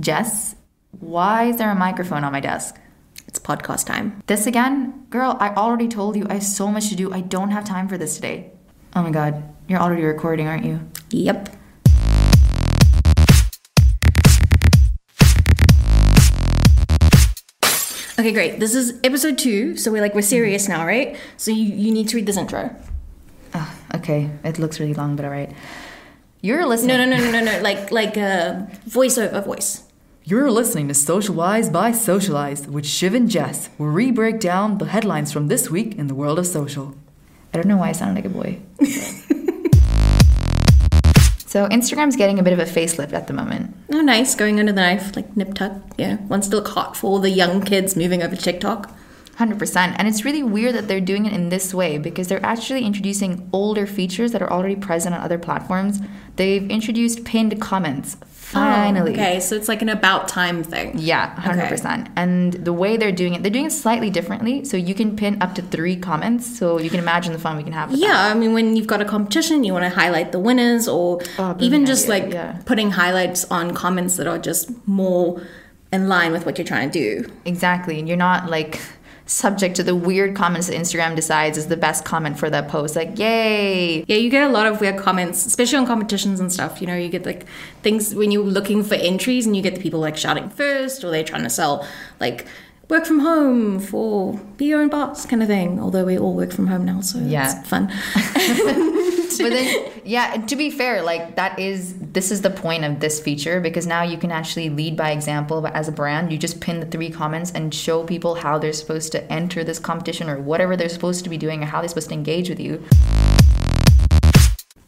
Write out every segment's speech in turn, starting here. Jess, why is there a microphone on my desk? It's podcast time. This again? Girl, I already told you I have so much to do. I don't have time for this today. Oh my god, you're already recording, aren't you? Yep. Okay, great. This is episode two, so we're like we're serious now, right? So you, you need to read this intro. Ah, okay, it looks really long, but alright. You're No, listening. no, no, no, no, no. Like like a voiceover voice. You're listening to Socialize by Socialize with Shiv and Jess, where we break down the headlines from this week in the world of social. I don't know why I sounded like a boy. so Instagram's getting a bit of a facelift at the moment. Oh, nice. Going under the knife, like nip tuck. Yeah, wants to look hot for all the young kids moving over to TikTok. 100%. And it's really weird that they're doing it in this way because they're actually introducing older features that are already present on other platforms. They've introduced pinned comments. Finally. Oh, okay, so it's like an about time thing. Yeah, Okay. 100%. And the way they're doing it, they're doing it slightly differently. So you can pin up to three comments. So you can imagine the fun we can have. with that. Yeah, I mean, when you've got a competition, you want to highlight the winners, or Oh, brilliant even just idea, like yeah. putting highlights on comments that are just more in line with what you're trying to do. Exactly. And you're not like subject to the weird comments that Instagram decides is the best comment for that post. Like, yay. Yeah, you get a lot of weird comments, especially on competitions and stuff. You know, you get like things when you're looking for entries, and you get the people like shouting first, or they're trying to sell like work from home for be your own boss kind of thing. Although we all work from home now, so Yeah. it's fun. But then, yeah, to be fair, like that is, this is the point of this feature because now you can actually lead by example. But as a brand, you just pin the three comments and show people how they're supposed to enter this competition or whatever they're supposed to be doing or how they're supposed to engage with you.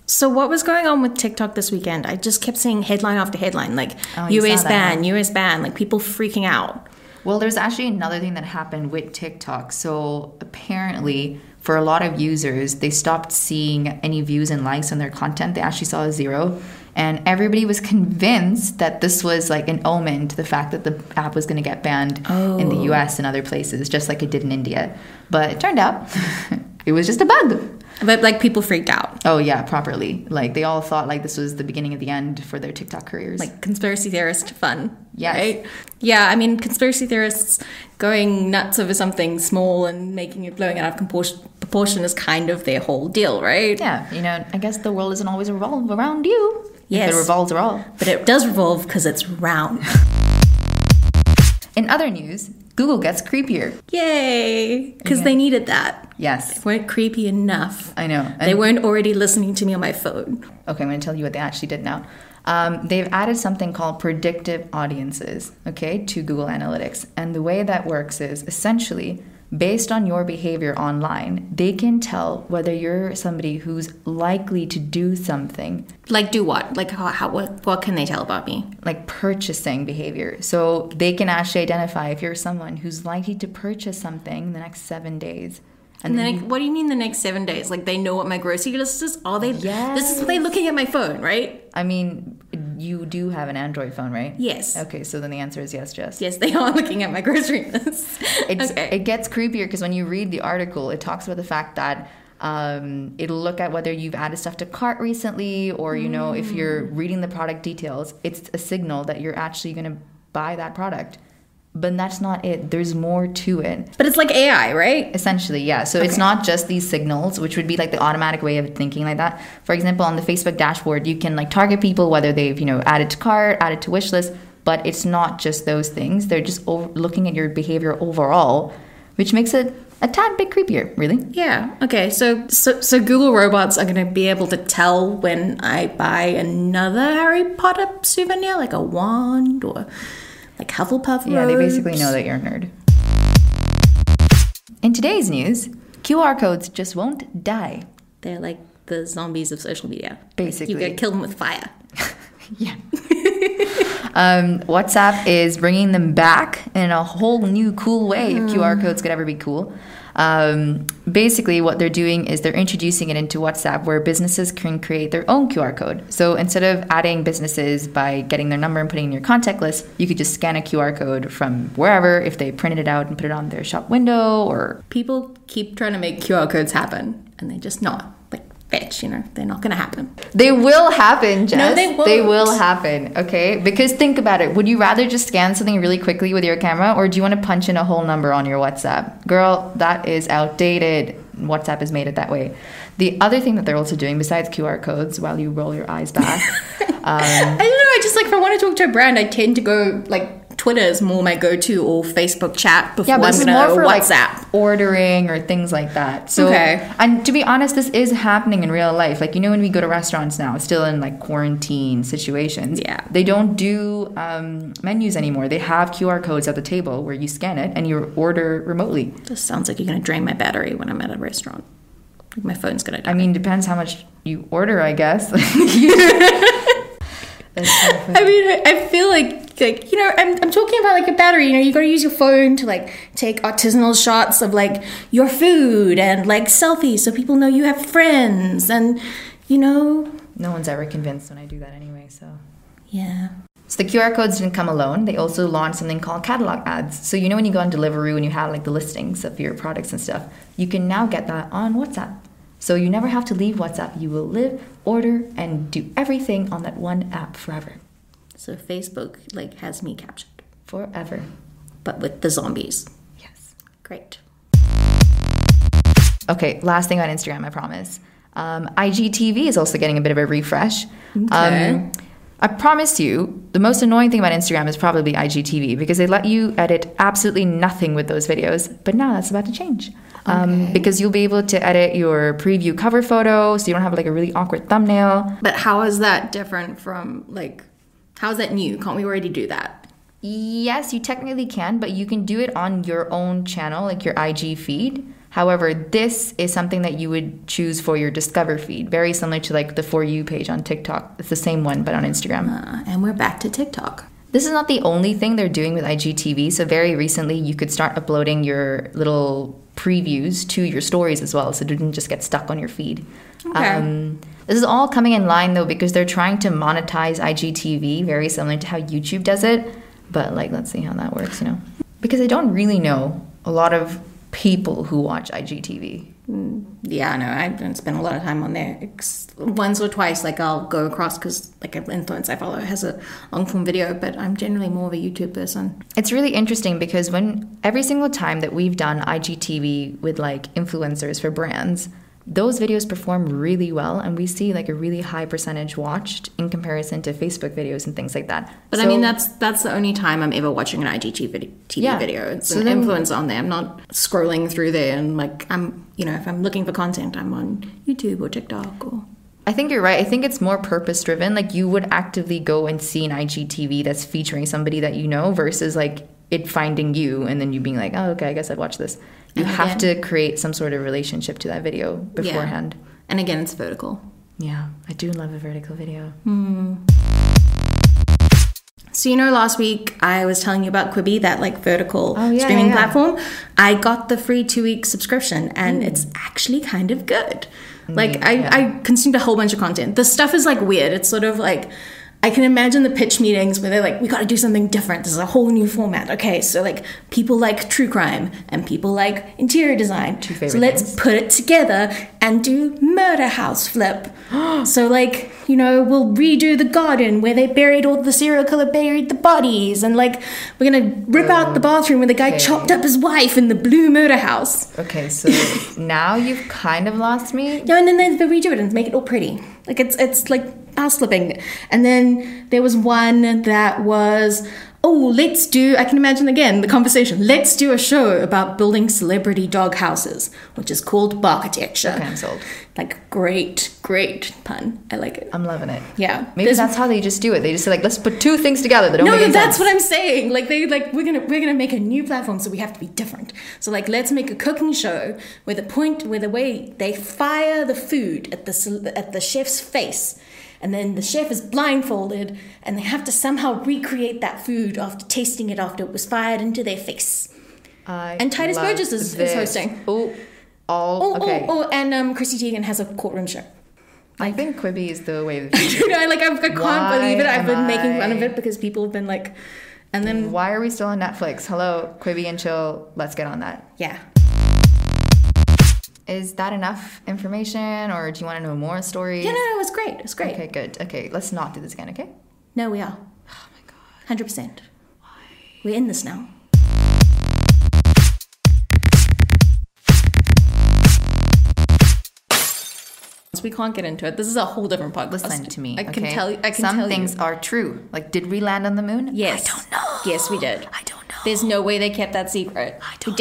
So what was going on with TikTok this weekend? I just kept seeing headline after headline, like Oh, you saw US that, ban, US ban, like people freaking out. Well, there's actually another thing that happened with TikTok. So apparently, for a lot of users, they stopped seeing any views and likes on their content. They actually saw a zero. And everybody was convinced that this was like an omen to the fact that the app was going to get banned in the US and other places, just like it did in India. But it turned out it was just a bug. But like people freaked out. Oh, yeah, properly. Like they all thought like this was the beginning of the end for their TikTok careers. Like conspiracy theorist fun. Yes. Right? Yeah, I mean conspiracy theorists going nuts over something small and making it blowing it out of proportion, proportion is kind of their whole deal, right? yeah, you know, I guess the world doesn't always revolve around you. If Yes. it revolves around. But it does revolve because it's round. In other news, Google gets creepier. Yay! Because they needed that. Yes, Weren't creepy enough. I know. And- They weren't already listening to me on my phone. okay, I'm going to tell you what they actually did now. Um, they've added something called predictive audiences, okay, to Google Analytics. And the way that works is essentially based on your behavior online, they can tell whether you're somebody who's likely to do something Like do what? Like how, how what, what can they tell about me? like purchasing behavior. So they can actually identify if you're someone who's likely to purchase something in the next seven days. And then, Mm-hmm. what do you mean the next seven days? Like they know what my grocery list is? Are they? This is Yes. they looking at my phone, right? I mean, you do have an Android phone, right? Yes. Okay, so then the answer is yes, Jess. Yes, they are looking at my grocery list. It's, okay. It gets creepier because when you read the article, it talks about the fact that um, it'll look at whether you've added stuff to cart recently or, you know, if Mm. you're reading the product details, it's a signal that you're actually going to buy that product. But that's not it. There's more to it. but it's like AI, right? Essentially, yeah. So it's not just these signals, which would be like the automatic way of thinking like that. For example, on the Facebook dashboard, you can like target people whether they've you know added to cart, added to wish list, but it's not just those things. They're just over- looking at your behavior overall, which makes it a tad bit creepier, really. Yeah. Okay. So, so, so Google robots are going to be able to tell when I buy another Harry Potter souvenir, like a wand or like Hufflepuff. Yeah, they basically robes. know that you're a nerd. In today's news, QR codes just won't die. They're like the zombies of social media. Basically. you get killed with fire. Yeah. um, WhatsApp is bringing them back in a whole new cool way, if QR codes could ever be cool. Um, basically, what they're doing is they're introducing it into WhatsApp where businesses can create their own QR code. So instead of adding businesses by getting their number and putting it in your contact list, you could just scan a QR code from wherever if they printed it out and put it on their shop window or People keep trying to make QR codes happen, and they're just not. Like fetch, you know, they're not going to happen. They will happen, Jess. they They won't. will happen, okay? Because think about it. Would you rather just scan something really quickly with your camera or do you want to punch in a whole number on your WhatsApp? Girl, that is outdated. WhatsApp is made it that way. The other thing that they're also doing, besides QR codes, while you roll your eyes back, um, I don't know. I just like if I want to talk to a brand, I tend to go like Twitter is more my go-to or Facebook chat before yeah, but I'm this is going to more for WhatsApp. like ordering or things like that. So, Okay. and to be honest, this is happening in real life. Like you know, when we go to restaurants now, it's still in like quarantine situations. Yeah. they don't do um, menus anymore. They have QR codes at the table where you scan it and you order remotely. just sounds like you're going to drain my battery when I'm at a restaurant. Like my phone's going to die. I mean, depends how much you order, I guess. That's so funny. I mean, I- I feel like, like you know, I'm, I'm talking about like a battery. You know, you got to use your phone to like take artisanal shots of like your food and like selfies so people know you have friends and you know, no one's ever convinced when I do that anyway. So. yeah. So the QR codes didn't come alone. They also launched something called catalog ads. So you know when you go on Deliveroo and you have like the listings of your products and stuff, you can now get that on WhatsApp. So you never have to leave WhatsApp. You will live, order, and do everything on that one app forever, So Facebook like has me captured, forever. but with the zombies. Yes. Great. Okay. Last thing on Instagram, I promise. Um, IGTV is also getting a bit of a refresh. Um, I promise you, the most annoying thing about Instagram is probably IGTV because they let you edit absolutely nothing with those videos. But now that's about to change um, because you'll be able to edit your preview cover photo so you don't have like a really awkward thumbnail. But how is that different from like, how is that new? Can't we already do that? Yes, you technically can, but you can do it on your own channel, like your IG feed. However, this is something that you would choose for your Discover feed, very similar to like the For You page on TikTok. It's the same one, but on Instagram. Uh, and we're back to TikTok. This is not the only thing they're doing with IGTV. So very recently, you could start uploading your little previews to your stories as well, so it didn't just get stuck on your feed. Okay. Um, this is all coming in line though because they're trying to monetize IGTV, very similar to how YouTube does it. But like, let's see how that works, you know? Because I don't really know a lot of people who watch IGTV. Yeah, no, I don't spend a lot of time on there. Ex- Once or twice, like I'll go across because like an influence I follow has a long form video, but I'm generally more of a YouTube person. It's really interesting because when every single time that we've done IGTV with like influencers for brands, those videos perform really well and we see like a really high percentage watched in comparison to Facebook videos and things like that. But I So- mean, that's that's the only time I'm ever watching an IGTV vid- TV Yeah. video. It's So an then- influencer on there. I'm not scrolling through there and like I'm you know if I'm looking for content, I'm on YouTube or TikTok or I think you're right. I think it's more purpose driven. Like you would actively go and see an IGTV that's featuring somebody that you know versus like it finding you and then you being like, oh, okay, I guess I'd watch this. You And have to create some sort of relationship to that video beforehand. Yeah. And again, it's vertical. Yeah, I do love a vertical video. So you know, last week I was telling you about Quibi, that like vertical Oh, yeah, streaming yeah, yeah. platform. I got the free two week subscription, and it's actually kind of good. Mm, Like I, I consumed a whole bunch of content. The stuff is like weird. It's sort of like I can imagine the pitch meetings where they're like, "We got to do something different. This is a whole new format." Okay, so like people like true crime and people like interior design. Two favorite so let's put it together and do murder house flip. so like, you know, we'll redo the garden where they buried all the serial killer buried the bodies and like we're gonna rip out the bathroom where the guy chopped up his wife in the blue murder house. Okay, so now you've kind of lost me. No, and then they, they redo it and make it all pretty. Like it's it's like house flipping. And then there was one that was oh let's do I can imagine again the conversation. Let's do a show about building celebrity dog houses, which is called Barkitecture. Okay, I'm sold. Like great, great pun. I like it. I'm loving it. Yeah. Maybe There's- that's how they just do it. They just say like, let's put two things together that don't no, make any that's sense. what I'm saying. Like they like we're gonna we're gonna make a new platform, so we have to be different. So like let's make a cooking show where the point where the way they fire the food at the cel- at the chef's face, and then the chef is blindfolded, and they have to somehow recreate that food after tasting it after it was fired into their face. I And Titus love Burgess is- is this. hosting. Oh, all Oh, okay. oh, oh, and um, Chrissy Teigen has a courtroom show. I think Quibi is the way of the future. you know, like I've, I can't Why believe it. I've am been making fun I- of it because people have been like, and then Why are we still on Netflix? Hello, Quibi and Chill. Let's get on that. yeah. Is that enough information, or do you want to know more stories? Yeah, no, no, it was great. It was great. Okay, good. Okay, let's not do this again. Okay. No, we are. Oh my god. Hundred percent. We're in this now. We can't get into it. This is a whole different podcast. Listen to me. I can okay? tell you. I can Some tell things you. are true. Like, did we land on the moon? Yes. I don't know. Yes, we did. I don't know. There's no way they kept that secret. I don't We